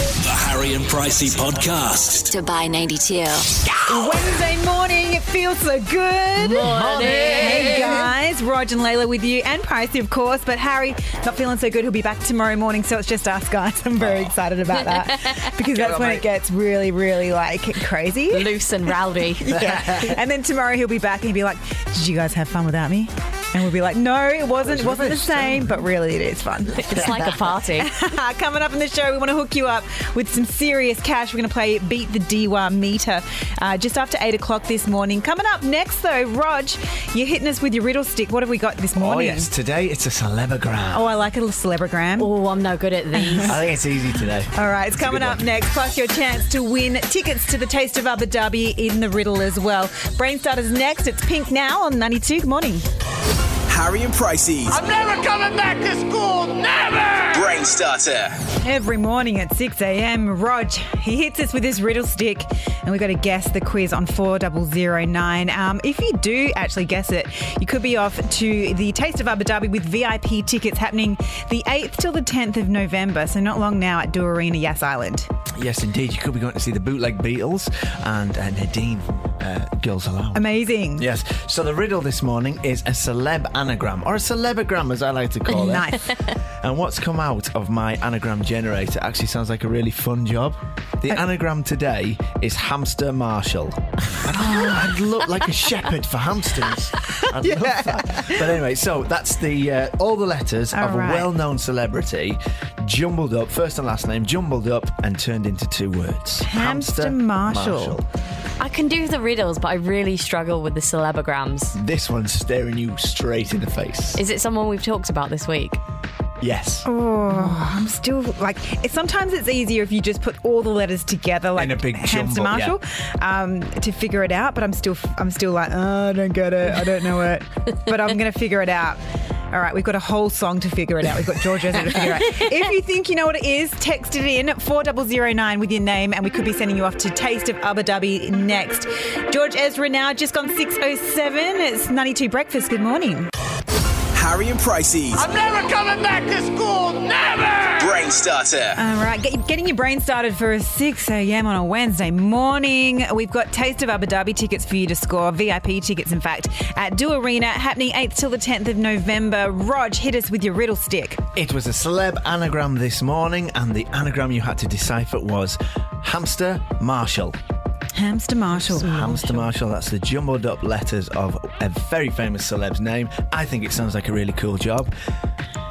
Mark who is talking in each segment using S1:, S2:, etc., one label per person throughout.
S1: Carrie and Pricey podcast.
S2: Dubai 92.
S3: Wednesday morning, it feels so good. Morning. Hey guys, Rog and Layla with you, and Pricey, of course. But Harry, not feeling so good. He'll be back tomorrow morning, so it's just us guys. I'm very excited about that because that's when it gets really, really like crazy.
S4: loose and rowdy.
S3: Yeah. and then tomorrow he'll be back and he'll be like, "Did you guys have fun without me?" And we'll be like, "No, it wasn't. It wasn't the same, but really, it is fun."
S4: It's like a party.
S3: Coming up in the show, we want to hook you up with some serious cash. We're going to play Beat the Diwa Meter uh, just after 8 o'clock this morning. Coming up next, though, Rog, you're hitting us with your riddle stick. What have we got this
S5: Oh,
S3: morning?
S5: yes. Today it's a celebrogram.
S3: Oh, I like a little celebgram.
S4: Oh, I'm no good at these.
S5: I think it's easy today.
S3: All right, it's coming up next. Plus, your chance to win tickets to the Taste of Abu Dhabi in the riddle as well. Brain Starters next. It's Pink now on 92. Good morning.
S1: Harry and Pricey's
S6: I'm never coming back to school. Never.
S1: Brain Starter.
S3: Every morning at 6 a.m., Rog, he hits us with his riddle stick, and we've got to guess the quiz on 4009. Um, if you do actually guess it, you could be off to the Taste of Abu Dhabi with VIP tickets happening the 8th till the 10th of November, so not long now at Do Arena, Yas Island.
S5: Yes, indeed. You could be going to see the bootleg Beatles and uh, Nadine from uh, Girls Aloud.
S3: Amazing.
S5: Yes. So the riddle this morning is a celeb anagram, or a celebgram as I like to call it.
S3: Nice.
S5: And what's come out of my anagram generator actually sounds like a really fun job. The
S3: Uh,
S5: anagram today is hamster Marshall. And I'd look like a shepherd for hamsters. I'd love that. But anyway, so that's the uh, all the letters
S3: All
S5: of
S3: right.
S5: a well-known celebrity jumbled up, first and last name jumbled up and turned into two words.
S3: Hamster Marshall.
S4: I can do the riddles, but I really struggle with the celebograms.
S5: This one's staring you straight in the face.
S4: Is it someone we've talked about this week?
S5: yes.
S3: Oh, I'm still like. It's, sometimes it's easier if you just put all the letters together, like
S5: In a big
S3: hamster
S5: jumble,
S3: Marshall, um, to figure it out. But I'm still, I'm still like, oh, I don't get it. I don't know it. but I'm gonna figure it out. All right, we've got a whole song to figure it out. We've got George Ezra to figure it out. If you think you know what it is, text it in at 4009 with your name, and we could be sending you off to Taste of Abu Dhabi next. George Ezra now just gone 607. It's 92 Breakfast. Good morning.
S1: Harry and Pricey's
S6: I'm never coming back to school. Never.
S1: Brain Starter.
S3: All right, get, getting your brain started for a 6 a.m. on a Wednesday morning. We've got Taste of Abu Dhabi tickets for you to score, VIP tickets, in fact, at Do Arena, happening 8th till the 10th of November. Rog, hit us with your riddle stick.
S5: It was a celeb anagram this morning, and the anagram you had to decipher was Hamster Marshall.
S3: Hamster Marshall.
S5: Hamster Marshall, that's the jumbled up letters of a very famous celeb's name. I think it sounds like a really cool job.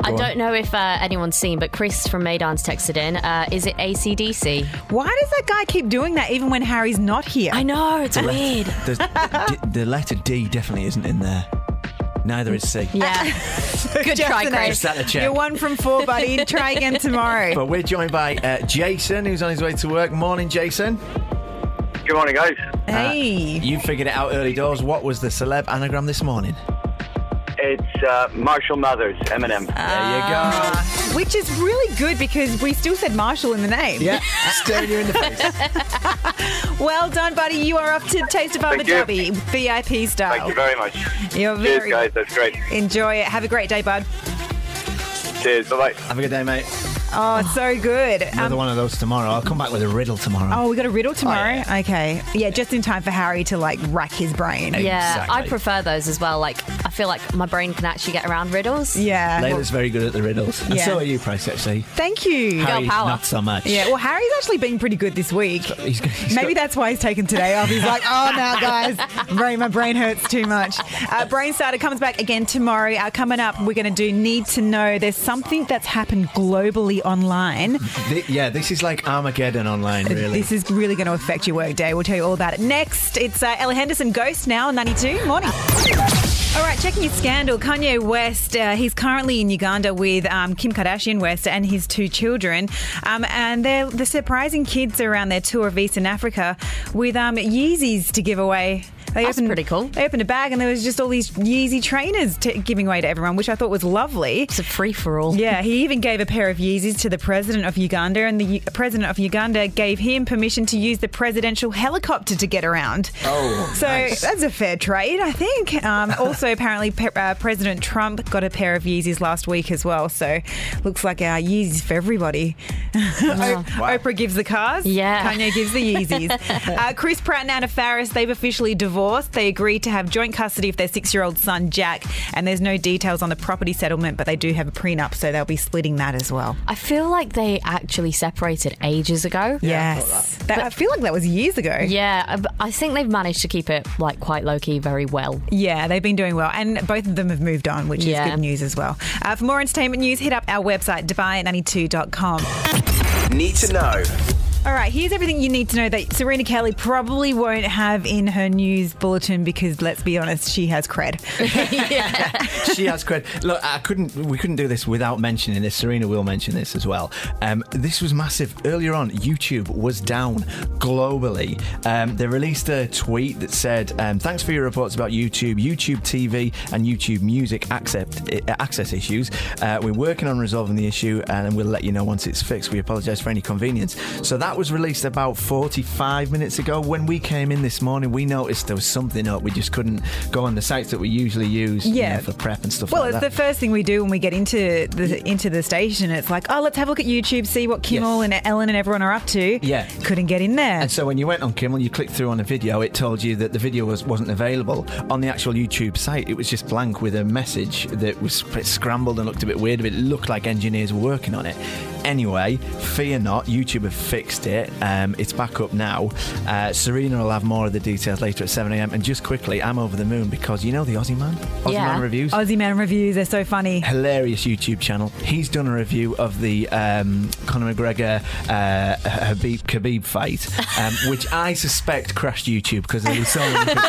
S4: I don't know if uh, anyone's seen, but Chris from Maidan's texted in. Uh, is it ACDC?
S3: Why does that guy keep doing that even when Harry's not here?
S4: I know, it's weird.
S5: There's, the, the letter D definitely isn't in there. Neither is C.
S4: Yeah. Good try,
S3: Justin,
S4: Chris.
S5: Just had a check.
S3: You're one from four, buddy. Try again tomorrow.
S5: But we're joined by uh, Jason, who's on his way to work. Morning, Jason.
S7: Good morning, guys.
S3: hey.
S5: You figured it out early doors. What was the celeb anagram this morning?
S7: It's uh, Marshall Mathers, Eminem.
S3: Uh,
S5: There you go.
S3: Which is really good because we still said Marshall in the name.
S5: Yeah, staring you in the face.
S3: Well done, buddy. You are off to Taste of Abu
S7: Thank
S3: Dhabi, VIP style.
S7: Thank you very much.
S3: You're
S7: Cheers,
S3: very
S7: guys. That's great.
S3: Enjoy it. Have a great day, bud.
S7: Cheers. Bye bye.
S5: Have a good day, mate.
S3: Oh, it's so good. Um,
S5: Another one of those tomorrow. I'll come back with a riddle tomorrow.
S3: oh, we got a riddle tomorrow. Okay. Yeah, just in time for Harry to like rack his brain.
S5: Hey.
S4: Yeah, I
S5: Exactly.
S4: prefer those as well. Like, I feel like my brain can actually get around riddles.
S3: Yeah.
S5: Layla's very good at the riddles. And
S3: Yeah.
S5: so are you, Price, actually.
S3: Thank you.
S5: Harry,
S4: power.
S5: not so much.
S3: Yeah. Well, Harry's actually been pretty good this week.
S5: He's, he's
S3: Maybe
S5: got-
S3: that's why he's taken today off. He's like, oh, now, guys, brain, my brain hurts too much. Uh, brain Starter comes back again tomorrow. Uh, coming up, we're going to do Need to Know. There's something that's happened globally online
S5: Thi- yeah, this is like Armageddon online, really.
S3: This is really going to affect your workday. We'll tell you all about it next. It's uh, Ella Henderson, Ghost now on 92. Morning. All right, checking your scandal. Kanye West, uh, he's currently in Uganda with um, Kim Kardashian West and his two children. Um, and they're, the surprising kids are around their tour of Eastern Africa with um, Yeezys to give away They
S4: That's
S3: opened,
S4: pretty cool.
S3: They opened a bag and there was just all these Yeezy trainers t- giving away to everyone, which I thought was lovely.
S4: It's a free for all.
S3: Yeah, he even gave a pair of Yeezys to the president of Uganda, and the U- president of Uganda gave him permission to use the presidential helicopter to get around.
S5: Oh,
S3: so
S5: nice.
S3: that's a fair trade, I think. Um, also, apparently, pe- uh, President Trump got a pair of Yeezys last week as well. So looks like our Yeezys for everybody. O-
S5: Wow.
S3: Oprah gives the cars.
S4: Yeah.
S3: Kanye gives the Yeezys. uh, Chris Pratt and Anna Faris, they've officially divorced. They agreed to have joint custody of their six year old son, Jack, and there's no details on the property settlement, but they do have a prenup, so they'll be splitting that as well.
S4: I feel like they actually separated ages ago.
S3: yes. That, I feel like that was years ago.
S4: Yeah, I- but I think they've managed to keep it like quite low key very well.
S3: Yeah, they've been doing well, and both of them have moved on, which
S4: Yeah.
S3: is good news as well. Uh, for more entertainment news, hit up our website, dubai92.com.
S1: Need to know.
S3: All right, here's everything you need to know that Serena Kelly probably won't have in her news bulletin because, let's be honest, she has cred.
S5: she has cred. Look, I couldn't. We couldn't do this without mentioning this. Serena will mention this as well. Um, this was massive. Earlier on, YouTube was down globally. Um, they released a tweet that said, um, "Thanks for your reports about YouTube, YouTube TV, and YouTube Music accept, uh, access issues. Uh, we're working on resolving the issue, and we'll let you know once it's fixed. We apologise for any convenience." So that was released about 45 minutes ago. When we came in this morning, we noticed there was something up. We just couldn't go on the sites that we usually use you
S3: Yeah.
S5: know, for prep and stuff
S3: Well,
S5: like
S3: it's
S5: that.
S3: the first thing we do when we get into the into the station. It's like, oh, let's have a look at YouTube, see what Kimmel
S5: Yes.
S3: and Ellen and everyone are up to.
S5: Yeah.
S3: couldn't get in there.
S5: and so when you went on Kimmel, you clicked through on a video, it told you that the video was, wasn't available. On the actual YouTube site, it was just blank with a message that was sp- scrambled and looked a bit weird, but it looked like engineers were working on it. Anyway, fear not, YouTube have fixed it. Um, it's back up now. Uh, Serena will have more of the details later at 7 a.m. And just quickly, I'm over the moon because you know the Aussie man? Aussie
S4: Yeah.
S5: man reviews?
S3: Aussie man reviews are so funny.
S5: hilarious YouTube channel. He's done a review of the um, Conor McGregor uh, Habib Khabib fight, um, which I suspect crashed YouTube because there was so many people.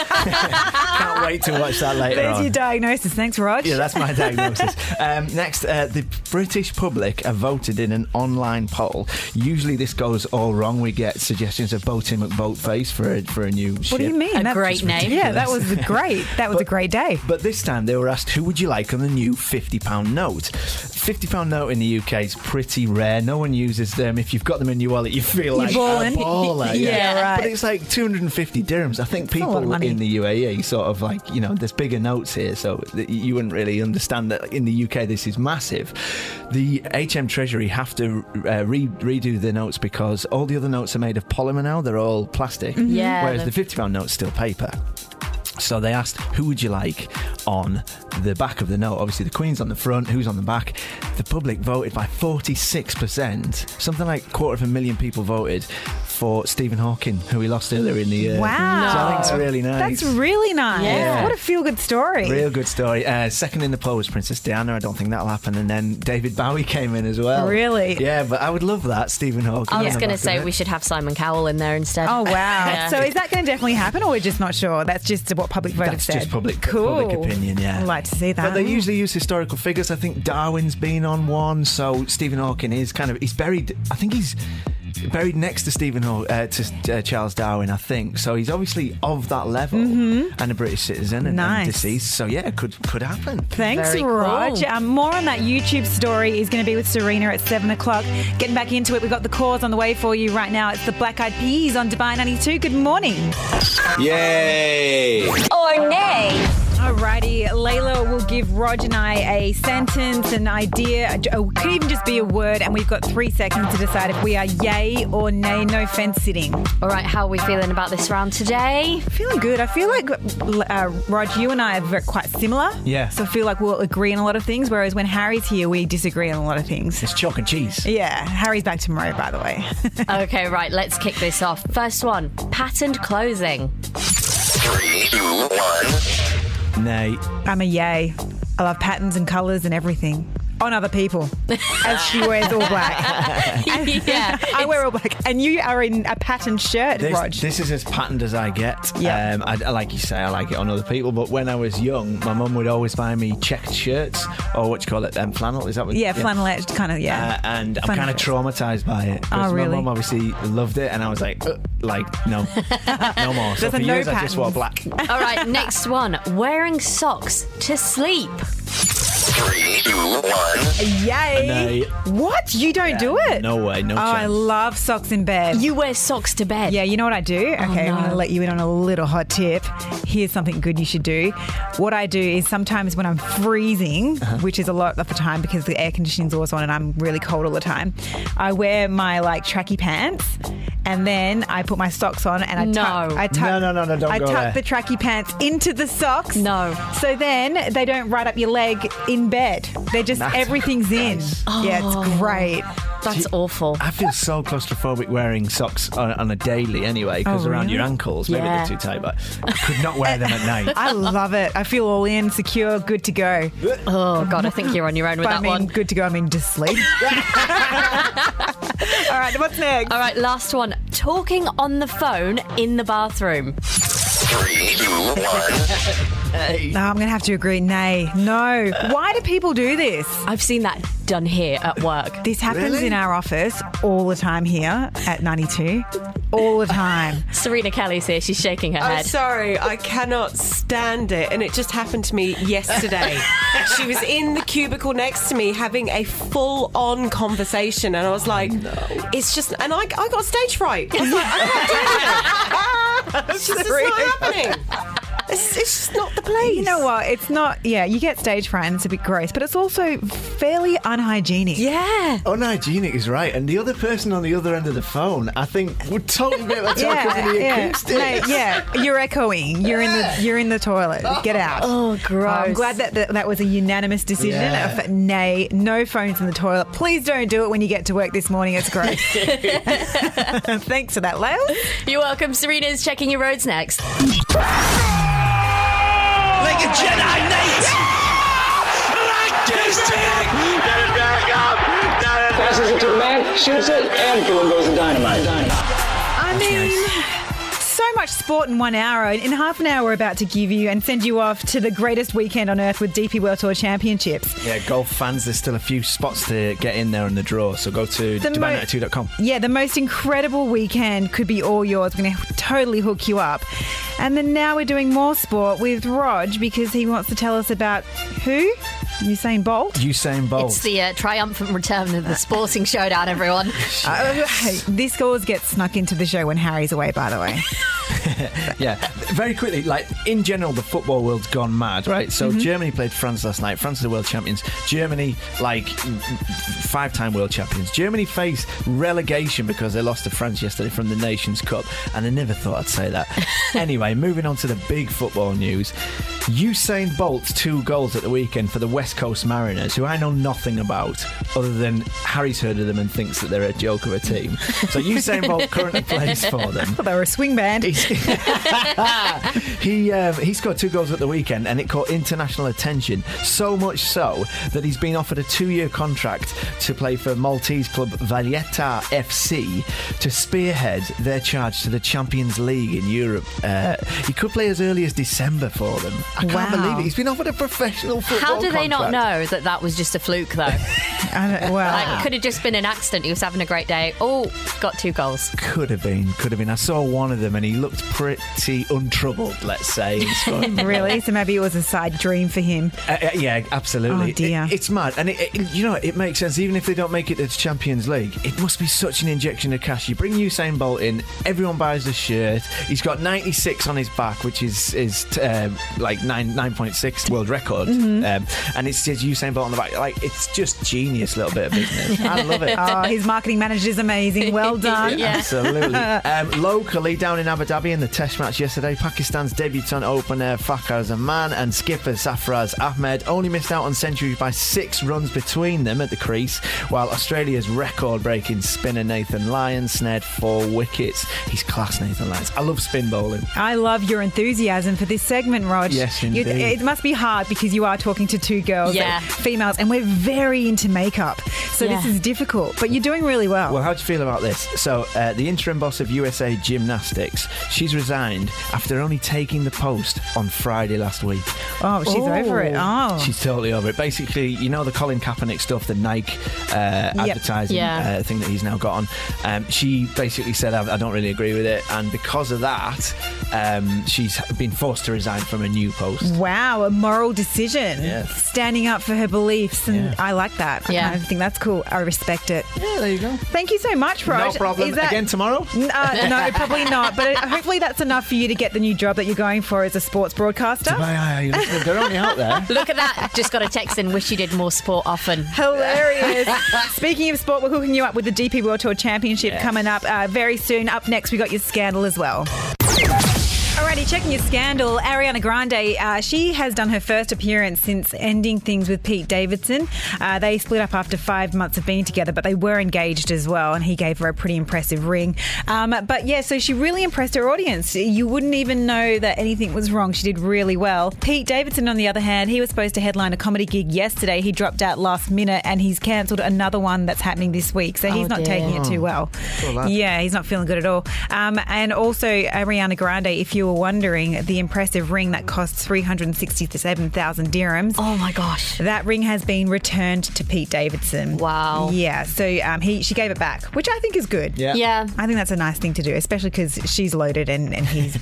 S5: Can't wait to watch that later
S3: There's
S5: on.
S3: your diagnosis. Thanks, Rog.
S5: yeah, that's my diagnosis. Um, next, uh, the British public have voted in an online poll. Usually, this goes all wrong. We get suggestions of Boaty McBoatface for a, for a new
S3: what do you mean?
S4: A great name.
S3: Yeah, that was great. That was a great day.
S5: But this time they were asked, who would you like on the new £50 note? £50 note in the UK is pretty rare. No one uses them. If you've got them in your wallet, you feel like
S3: balling.
S5: a baller.
S3: Yeah, right.
S5: But it's like 250 dirhams. I think
S3: a lot of
S5: people
S3: money.
S5: in the UAE sort of like, you know, there's bigger notes here, so that you wouldn't really understand that in the UK this is massive. The HM Treasury have to uh, re- redo the notes because all the other notes are made of polymer now. They're all plastic.
S3: Mm-hmm.
S4: Yeah,
S5: Whereas
S4: the-
S5: the £50 note's still paper. So they asked, who would you like on the back of the note? Obviously, the Queen's on the front, who's on the back? The public voted by 46%. Something like quarter of a million people voted for Stephen Hawking, who we lost earlier in the year.
S3: Wow.
S5: So I think it's really nice.
S3: That's really nice.
S4: Yeah.
S3: What a feel good story.
S5: Real good story. Uh, second in the poll was Princess Diana. I don't think that'll happen. And then David Bowie came in as well.
S3: Really?
S5: Yeah, but I would love that, Stephen Hawking.
S4: I
S5: on
S4: was
S5: the
S4: going
S5: back
S4: to
S5: of
S4: say
S5: it.
S4: we should have Simon Cowell in there instead.
S3: Oh wow!
S4: Yeah.
S3: So is that going to definitely happen, or we're just not sure? That's just what public vote have
S5: That's
S3: said.
S5: just public,
S3: cool.
S5: public opinion, yeah.
S3: I'd like to see that.
S5: But they usually use historical figures. I think Darwin's been on one, so Stephen Hawking is kind of he's buried. I think he's buried next to Stephen Haw- uh, to uh, Charles Darwin. I think so. He's obviously of that level and a British citizen and,
S3: Mm-hmm. Nice.
S5: and deceased. So yeah, it could could happen.
S3: Thanks,
S4: Very cool.
S3: Rog. Um, more on that YouTube story is going to be with Serena at 7 o'clock. Getting back into it, we've got the cause on the way for you right now. It's the Black Eyed Peas on Dubai 92. Good morning.
S1: Yay!
S2: Or nay.
S3: Alrighty, Layla will give Rog and I a sentence, an idea, a- oh, could even just be a word, and we've got three seconds to decide if we are yay or nay. No fence sitting.
S4: All right, how are we feeling about this round today?
S3: Feeling good. I feel like, uh, Rog, you and I are very- quite similar.
S5: Yeah.
S3: So I feel like we'll agree on a lot of things, whereas when Harry's here, we disagree on a lot of things.
S5: It's chalk and cheese.
S3: Yeah, Harry's back tomorrow, by the way.
S4: okay, right, let's kick this off. First one patterned clothing.
S5: Nay,
S3: I'm a yay. I love patterns and colours and everything. on other people as she wears all black.
S4: yeah.
S3: I wear all black, and you are in a patterned shirt,
S5: This,
S3: Rog.
S5: this is as patterned as I get.
S3: Yeah.
S5: Um, I, I- like you say, I like it on other people. But when I was young, my mum would always buy me checked shirts or what do you call it? Um, flannel? Is that what?
S3: yeah, flannelette, kind of.
S5: Uh,
S3: Yeah,
S5: and I'm
S3: Flannel
S5: kind of
S3: shirts.
S5: traumatized by it. because
S3: Oh, really?
S5: My mum obviously loved it, and I was like, "Ugh," like no, no more. So
S3: There's a
S5: for
S3: no
S5: years, I just wore
S3: patterns.
S5: black.
S4: All right, next one. Wearing socks to sleep.
S3: Yay! What? You don't do it?
S5: No way, no
S3: Oh, I
S5: chance.
S3: love socks in bed.
S4: You wear socks to bed.
S3: Yeah, you know what I do? Okay, I'm going
S4: Oh, no.
S3: to let you in on a little hot tip. Here's something good you should do. What I do is sometimes when I'm freezing,
S4: Uh-huh.
S3: which is a lot of the time because the air conditioning's always on and I'm really cold all the time, I wear my like tracky pants and then I put my socks on and I tuck,
S4: No.
S3: I tuck,
S5: No, no, no, no, don't
S3: I
S5: go
S3: tuck
S5: there.
S3: the tracky pants into the socks.
S4: No.
S3: So then they don't ride up your leg in bed. They're just,
S5: That's
S3: everything's in. Yeah,
S4: Oh.
S3: it's great.
S4: That's awful.
S5: I feel so claustrophobic wearing socks on, on a daily anyway, because
S3: Oh,
S5: around
S3: really?
S5: your ankles, maybe
S4: Yeah.
S5: they're too tight, but I could not wear them at night.
S3: I love it. I feel all in, secure, good to go.
S4: Oh, God, I think you're on your own with
S3: But I
S4: that
S3: mean,
S4: one.
S3: good to go. I mean, just sleep. All right, what's next?
S4: All right, last one. Talking on the phone in the bathroom.
S3: No, I'm going to have to agree. Nay, no. Why do people do this?
S4: I've seen that done here at work.
S3: This happens
S5: Really?
S3: in our office all the time here at 92. All the time.
S4: Serena Kelly's here. She's shaking her
S2: I'm
S4: head.
S2: sorry, I cannot stand it. And it just happened to me yesterday. she was in the cubicle next to me having a full on conversation. And I was like, it's just, and I, I got stage fright. I was like, I can't do this. It's just it's not happening. It's, it's just not the place.
S3: You know what? It's not, yeah, you get stage fright and it's a bit gross, but it's also fairly unhygienic.
S4: yeah.
S5: Unhygienic Oh, is right, and the other person on the other end of the phone, I think, would totally be able to talk
S3: Yeah,
S5: over the
S3: yeah,
S5: acoustics.
S3: Mate, yeah. You're echoing. You're in the you're in the toilet. Get out.
S4: Oh, gross.
S3: I'm glad that that, that was a unanimous decision.
S5: Yeah.
S3: Of, nay, no phones in the toilet. Please don't do it when you get to work this morning. It's gross. Thanks for that, Lale.
S4: You're welcome. Serena's checking your roads next.
S1: Like a Jedi Knight!
S8: passes it to the man, shoots it, and boom goes the dynamite.
S3: I mean, so much sport in one hour. In half an hour, we're about to give you and send you off to the greatest weekend on earth with DP World Tour Championships.
S5: Yeah, golf fans, there's still a few spots to get in there in the draw, so go to
S3: The mo-
S5: dubai92.com.
S3: Yeah, the most incredible weekend could be all yours. We're going to totally hook you up. And then now we're doing more sport with Rog because he wants to tell us about who? Usain Bolt?
S5: Usain Bolt.
S4: It's the uh, triumphant return of the sporting showdown, everyone.
S3: Uh, hey, this always gets snuck into the show when Harry's away, by the way.
S5: Yeah, very quickly, like in general, the football world's gone mad, right? Mm-hmm. So Germany played France last night. France are the world champions. Germany, like five time world champions. Germany faced relegation because they lost to France yesterday from the Nations Cup, and I never thought I'd say that. anyway, moving on to the big football news Usain Bolt's two goals at the weekend for the West Coast Mariners, who I know nothing about other than Harry's heard of them and thinks that they're a joke of a team. So Usain Bolt currently plays for them.
S3: Well, they were a swing band.
S5: he um, he scored two goals at the weekend, and it caught international attention so much so that he's been offered a two-year contract to play for Maltese club Valletta FC to spearhead their charge to the Champions League in Europe. Uh, he could play as early as December for them. I can't
S3: Wow.
S5: believe it. He's been offered a professional football.
S4: How do they not
S5: contract.
S4: know that that was just a fluke, though?
S3: I don't- well,
S4: Like, could have just been an accident. He was having a great day. Oh, got two goals.
S5: Could have been, could have been. I saw one of them, and he looked pretty untroubled. Let's say. in scoring.
S3: really? So maybe it was a side dream for him.
S5: Uh, uh, yeah, absolutely.
S3: Oh, dear.
S5: It- it's mad, and it, it- you know it makes sense. Even if they don't make it to the Champions League, it must be such an injection of cash. You bring Usain Bolt in, everyone buys the shirt. He's got 96 on his back, which is is t- um, like nine 9.6 world record,
S3: Mm-hmm.
S5: um, and it says Usain Bolt on the back. Like it's just genius, little bit of business. I love it.
S3: Oh, his marketing manager is amazing. Well done.
S4: Yeah.
S5: Absolutely. um, locally, down in Abu Dhabi in the test match yesterday, Pakistan's debutant opener Fakhar Zaman and skipper Safraz Ahmed only missed out on centuries by six runs between them at the crease, while Australia's record breaking spinner Nathan Lyon snared four wickets. He's class, Nathan Lyons. I love spin bowling.
S3: I love your enthusiasm for this segment, Rog.
S5: Yes,
S3: You-
S5: indeed.
S3: it must be hard because you are talking to two girls,
S4: Yeah.
S3: uh, females, and we're very into makeup. So this
S4: Yeah.
S3: is difficult, but you're doing really well.
S5: Well, how do you feel about this? So, uh, the interim boss of USA Gymnastics, she's resigned after only taking the post on Friday last week.
S3: oh, she's over it. Oh.
S5: She's totally over it. Basically, you know the Colin Kaepernick stuff, the Nike uh, advertising
S4: Yeah.
S5: uh, thing that he's now got on. Um, she basically said, I, I don't really agree with it. And because of that, um, she's been forced to resign from a new
S3: Mm.
S5: post.
S3: Wow, a moral decision.
S5: Yeah.
S3: Standing up for her beliefs, and
S5: Yeah.
S3: I like that. I
S4: Yeah.
S3: kind of think that's cool. I respect it.
S5: Yeah, there you go.
S3: Thank you so much, Rog.
S5: No problem.
S3: Is that-
S5: Again tomorrow?
S3: N- Uh, no, probably not. But it, hopefully that's enough for you to get the new job that you're going for as a sports broadcaster.
S5: Aye, aye, aye. They're only out there.
S4: Look at that. Just got a text in. Wish you did more sport often.
S3: Hilarious. Speaking of sport, we're hooking you up with the DP World Tour Championship coming up uh, very soon. Up next, we got your scandal as well. Alrighty, checking your scandal. Ariana Grande, uh, she has done her first appearance since ending things with Pete Davidson. Uh, they split up after five months of being together, but they were engaged as well, and he gave her a pretty impressive ring. Um, but yeah, so she really impressed her audience. You wouldn't even know that anything was wrong. She did really well. Pete Davidson, on the other hand, he was supposed to headline a comedy gig yesterday. He dropped out last minute, and he's cancelled another one that's happening this week. So he's
S4: Oh,
S3: not
S4: dear.
S3: taking it too well. Yeah, he's not feeling good at all. Um, and also, Ariana Grande, if you were wondering, the impressive ring that costs 367,000 dirhams.
S4: Oh my gosh.
S3: That ring has been returned to Pete Davidson.
S4: Wow.
S3: Yeah, so um, he she gave it back, which I think is good.
S5: Yeah.
S4: Yeah.
S3: I think that's a nice thing to do, especially because she's loaded and, and he's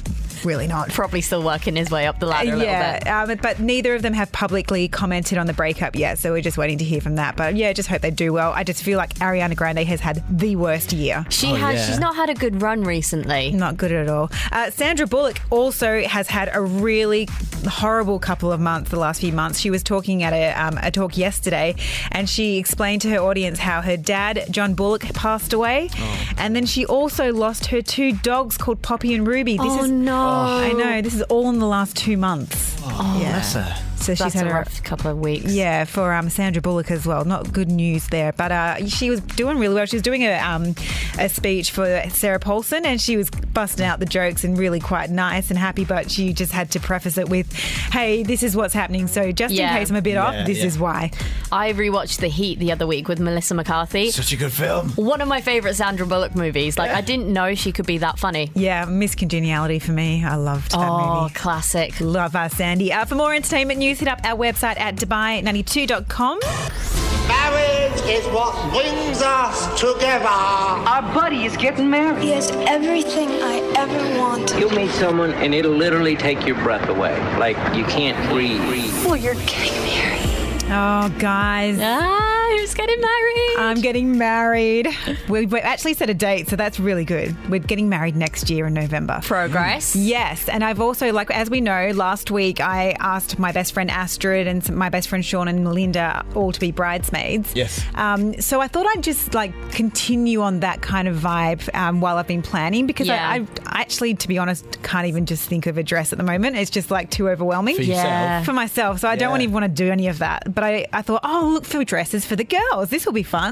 S3: really not.
S4: Probably still working his way up the ladder a little bit.
S3: Yeah, um, but neither of them have publicly commented on the breakup yet, so we're just waiting to hear from that. But yeah, just hope they do well. I just feel like Ariana Grande has had the worst year.
S4: She
S5: Oh,
S4: has.
S5: yeah.
S4: She's not had a good run recently.
S3: Not good at all. Uh, Sandra Bullock also has had a really horrible couple of months, the last few months. She was talking at a, um, a talk yesterday and she explained to her audience how her dad, John Bullock, passed away. And then she also lost her two dogs called Poppy and Ruby. This
S4: oh
S3: is,
S4: no.
S3: I know, this is all in the last two months. Oh, yeah.
S5: That's a-
S3: So she's
S4: That's
S3: had
S4: a
S3: a
S4: rough couple of weeks.
S3: yeah, for um, Sandra Bullock as well. Not good news there, but uh, she was doing really well. She was doing a, um, a speech for Sarah Paulson, and she was busting out the jokes and really quite nice and happy. But she just had to preface it with, "Hey, this is what's happening. So just
S4: Yeah.
S3: in case I'm a bit
S5: Yeah,
S3: off, this
S5: yeah.
S3: is why."
S4: I rewatched The Heat the other week with Melissa McCarthy.
S5: Such a good film.
S4: One of my favourite Sandra Bullock movies. Like, I didn't know she could be that funny.
S3: Yeah, Miss Congeniality for me. I loved that
S4: oh,
S3: movie.
S4: classic.
S3: Love us, Sandy. Uh, for more entertainment news, hit up our website at dubai92.com.
S6: Marriage is what brings us together.
S9: Our buddy is getting married.
S10: He has everything I ever wanted.
S8: You'll meet someone and it'll literally take your breath away. Like you can't breathe.
S10: Well, you're getting married.
S3: Oh, guys.
S4: Ah, who's getting married?
S3: I'm getting married. We- We've actually set a date, so that's really good. We're getting married next year in November.
S4: Progress.
S3: Yes, and I've also like as we know, last week I asked my best friend Astrid and some- my best friend Sean and Melinda all to be bridesmaids.
S5: Yes.
S3: Um, so I thought I'd just like continue on that kind of vibe um, while I've been planning because
S4: Yeah.
S3: I, I actually, to be honest, can't even just think of a dress at the moment. It's just like too overwhelming
S5: For
S4: Yeah.
S3: for myself. So I
S5: Yeah.
S3: don't even want to do any of that. But I, I thought, oh, look for dresses for the girls. This will be fun.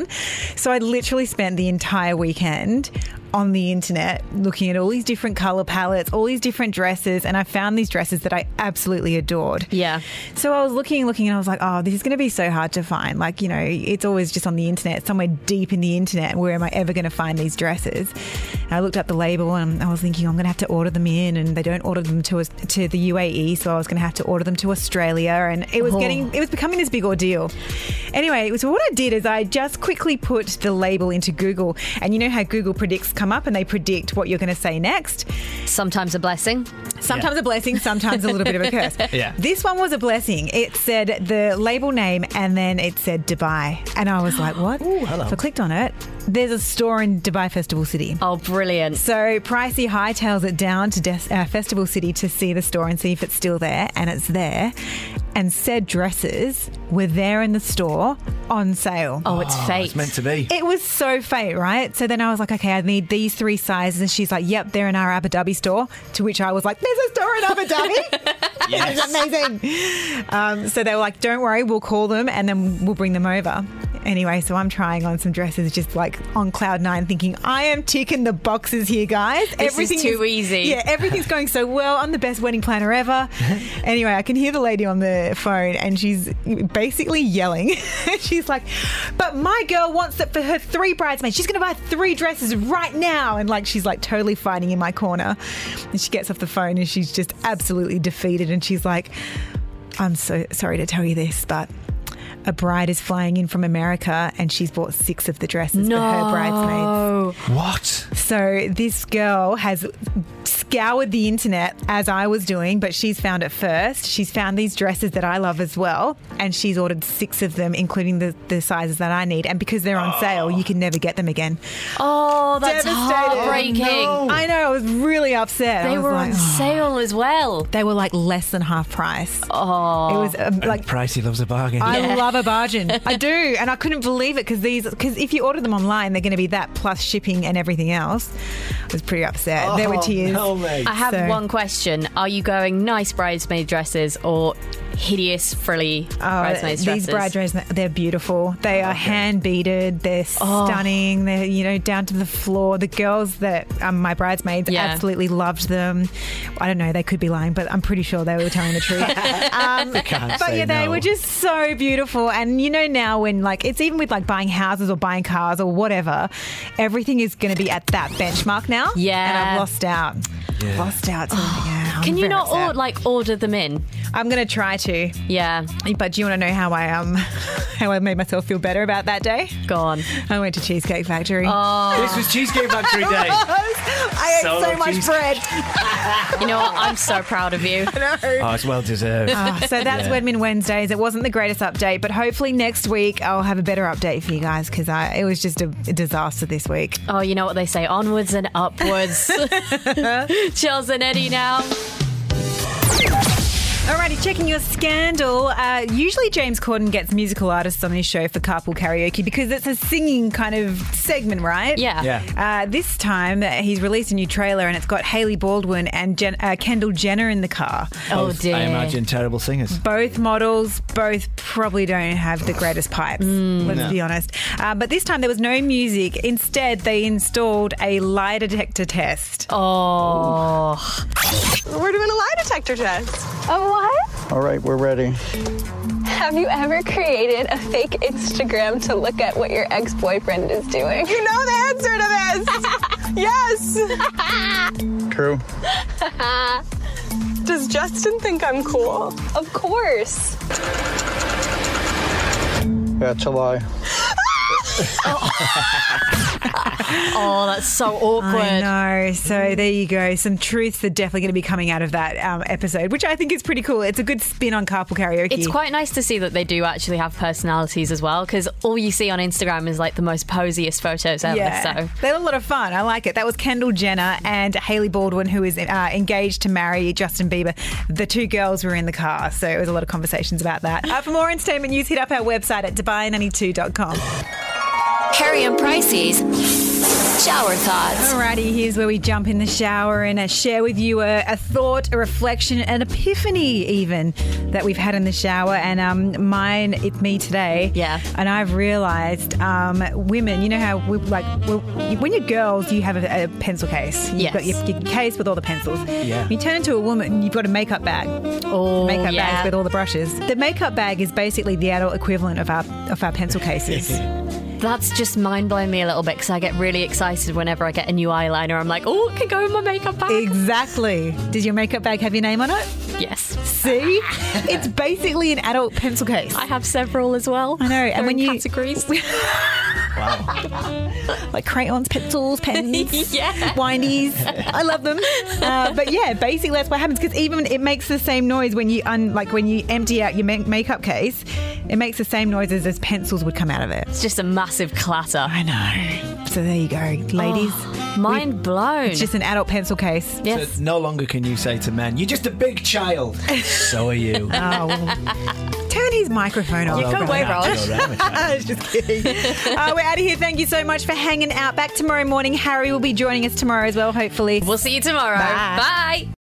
S3: So I literally spent the entire weekend on the internet looking at all these different color palettes, all these different dresses, and I found these dresses that I absolutely adored.
S4: Yeah.
S3: So I was looking, looking, and I was like, oh, this is going to be so hard to find. Like, you know, it's always just on the internet, somewhere deep in the internet. Where am I ever going to find these dresses? And I looked up the label and I was thinking, I'm going to have to order them in, and they don't order them to us to the UAE, so I was going to have to order them to Australia, and it was
S4: Oh.
S3: getting, it was becoming this big ordeal. Anyway, so what I did is I just quickly put the label into Google, and you know how Google predicts come up and they predict what you're going to say next.
S4: Sometimes a blessing.
S3: Sometimes a blessing, sometimes a little bit of a curse.
S5: Yeah.
S3: This one was a blessing. It said the label name and then it said Dubai. And I was like, what? Ooh,
S5: hello.
S3: So I clicked on it. There's a store in Dubai Festival City.
S4: Oh, brilliant.
S3: So Pricey hightails it down to Des- uh, Festival City to see the store and see if it's still there, and it's there. and said dresses were there in the store on sale.
S4: Oh, it's fate.
S5: Ah, It's meant to be.
S3: It was so fate, right? So then I was like, okay, I need these three sizes. And she's like, yep, they're in our Abu Dhabi store. To which I was like, there's a store in Abu Dhabi? Amazing. Um, so they were like, don't worry, we'll call them and then we'll bring them over. Anyway, so I'm trying on some dresses just like on cloud nine, thinking, I am ticking the boxes here, guys.
S4: is too easy.
S3: Yeah, everything's going so well. I'm the best wedding planner ever. anyway, I can hear the lady on the phone and she's basically yelling. she's like, But my girl wants it for her three bridesmaids. She's going to buy three dresses right now. And like, she's like totally fighting in my corner. And she gets off the phone and she's just absolutely defeated. And she's like, I'm so sorry to tell you this, but. A bride is flying in from America and she's bought six of the dresses for her bridesmaids.
S4: Oh,
S5: What?
S3: So this girl has scoured the internet as I was doing, but she's found it first. She's found these dresses that I love as well, and she's ordered six of them, including the, the sizes that I need. And because they're on sale, you can never get them again.
S4: Oh, that's
S3: Devastated.
S4: heartbreaking.
S3: I know, I was really upset. I
S4: They
S3: was
S4: were
S3: like,
S4: on
S3: "Oh."
S4: sale as well.
S3: They were like less than half price. Oh, it was um, like
S5: Like Pricey loves a bargain.
S3: I love a bargain. I do, and I couldn't believe it because these because if you order them online, they're going to be that plus shipping and everything else. I was pretty upset. there were tears.
S5: Oh, no, mate.
S4: I have
S3: So-
S4: one question. Are you going nice bridesmaid dresses or hideous frilly bridesmaid dresses?
S3: Uh, these bridesmaids, they're beautiful. They are hand beaded. They're
S4: Oh.
S3: stunning. They're you know down to the floor. The girls that um, my bridesmaids
S4: Yeah.
S3: absolutely loved them. I don't know. They could be lying, but I'm pretty sure they were telling the truth. um,
S5: can't
S3: but
S5: say
S3: yeah, they
S5: no.
S3: were just so beautiful. And you know now when like it's even with like buying houses or buying cars or whatever, everything is going to be at that benchmark now.
S4: Yeah. Oh.
S3: and I've lost out. Lost out. To, yeah, I'm
S4: Can you
S3: very
S4: not
S3: upset.
S4: or, like order them in?
S3: I'm going to try to.
S4: Yeah,
S3: But do you want to know how I um how I made myself feel better about that day?
S4: gone.
S3: I went to Cheesecake Factory. Oh.
S5: This was Cheesecake Factory Day.
S3: I ate so,
S5: Solo
S3: much
S5: cheese-
S3: bread.
S4: You know what? I'm so proud of you.
S5: oh, it's well deserved.
S3: Ah, so that's Wedmin Wednesdays. It wasn't the greatest update, but hopefully next week I'll have a better update for you guys because I it was just a, a disaster this week.
S4: Oh, you know what they say? Onwards and upwards. Chels and Eddie now.
S3: Alrighty, checking your scandal. Uh, usually James Corden gets musical artists on his show for carpool karaoke because it's a singing kind of segment, right?
S4: Yeah.
S5: Yeah.
S3: Uh, this time, uh, he's released a new trailer and it's got Haley Baldwin and Jen- uh, Kendall Jenner in the car.
S4: Oh
S5: Both,
S4: dear.
S5: I imagine terrible singers.
S3: Both models, both probably don't have the greatest pipes,
S4: Mm.
S3: let's be honest. Uh, but this time there was no music. Instead, they installed a lie detector test.
S4: Oh.
S10: We're doing a lie detector test.
S9: Of what?
S7: All right, we're ready.
S9: Have you ever created a fake Instagram to look at what your ex boyfriend is doing?
S10: You know the answer to this. yes.
S7: True.
S9: Does Justin think I'm cool? Of course.
S7: That's a lie.
S4: Oh, that's so awkward.
S3: I know. So there you go. Some truths are definitely going to be coming out of that um, episode, which I think is pretty cool. It's a good spin on carpool karaoke.
S4: It's quite nice to see that they do actually have personalities as well, because all you see on Instagram is like the most posiest photos ever. So
S3: They had a lot of fun. I like it. That was Kendall Jenner and Haley Baldwin, who is uh, engaged to marry Justin Bieber. The two girls were in the car, so it was a lot of conversations about that. Uh, for more entertainment news, hit up our website at dubai92.com.
S11: Harry and Pricey's shower thoughts.
S3: Alrighty, here's where we jump in the shower and uh, share with you a, a thought, a reflection, an epiphany even that we've had in the shower. And um, mine, it's me today.
S4: Yeah.
S3: And I've realised um, women, you know how we like we- when you're girls, you have a, a pencil case. You've
S4: Yes.
S3: got your, your case with all the pencils.
S5: Yeah.
S3: When you turn into a woman, you've got a makeup bag.
S4: oh,
S3: Makeup
S4: yeah.
S3: bags with all the brushes. The makeup bag is basically the adult equivalent of our of our pencil cases.
S4: That's just mind blowing me a little bit because I get really excited whenever I get a new eyeliner. I'm like, oh, it can go in my makeup bag.
S3: exactly. Does your makeup bag have your name on it?
S4: yes,
S3: See, it's basically an adult pencil case.
S4: I have several as well.
S3: I know, and
S4: They're
S3: when
S4: in
S3: you-
S4: categories,
S3: Like crayons, pencils, pens,
S4: Yeah.
S3: windies. I love them. Uh, but yeah, basically that's what happens because even it makes the same noise when you un- like when you empty out your ma- makeup case. It makes the same noises as pencils would come out of it.
S4: it's just a massive clatter.
S3: I know. So there you go, ladies.
S4: Oh. mind blown.
S3: It's just an adult pencil case.
S5: So no longer can you say to men, "You're just a big child." so are you.
S3: Oh, well. turn his microphone off.
S5: You can wave Right, off. you're right.
S3: I was just kidding. Uh, we're out of here. Thank you so much for hanging out. Back tomorrow morning. Harry will be joining us tomorrow as well, hopefully.
S4: We'll see you tomorrow. Bye.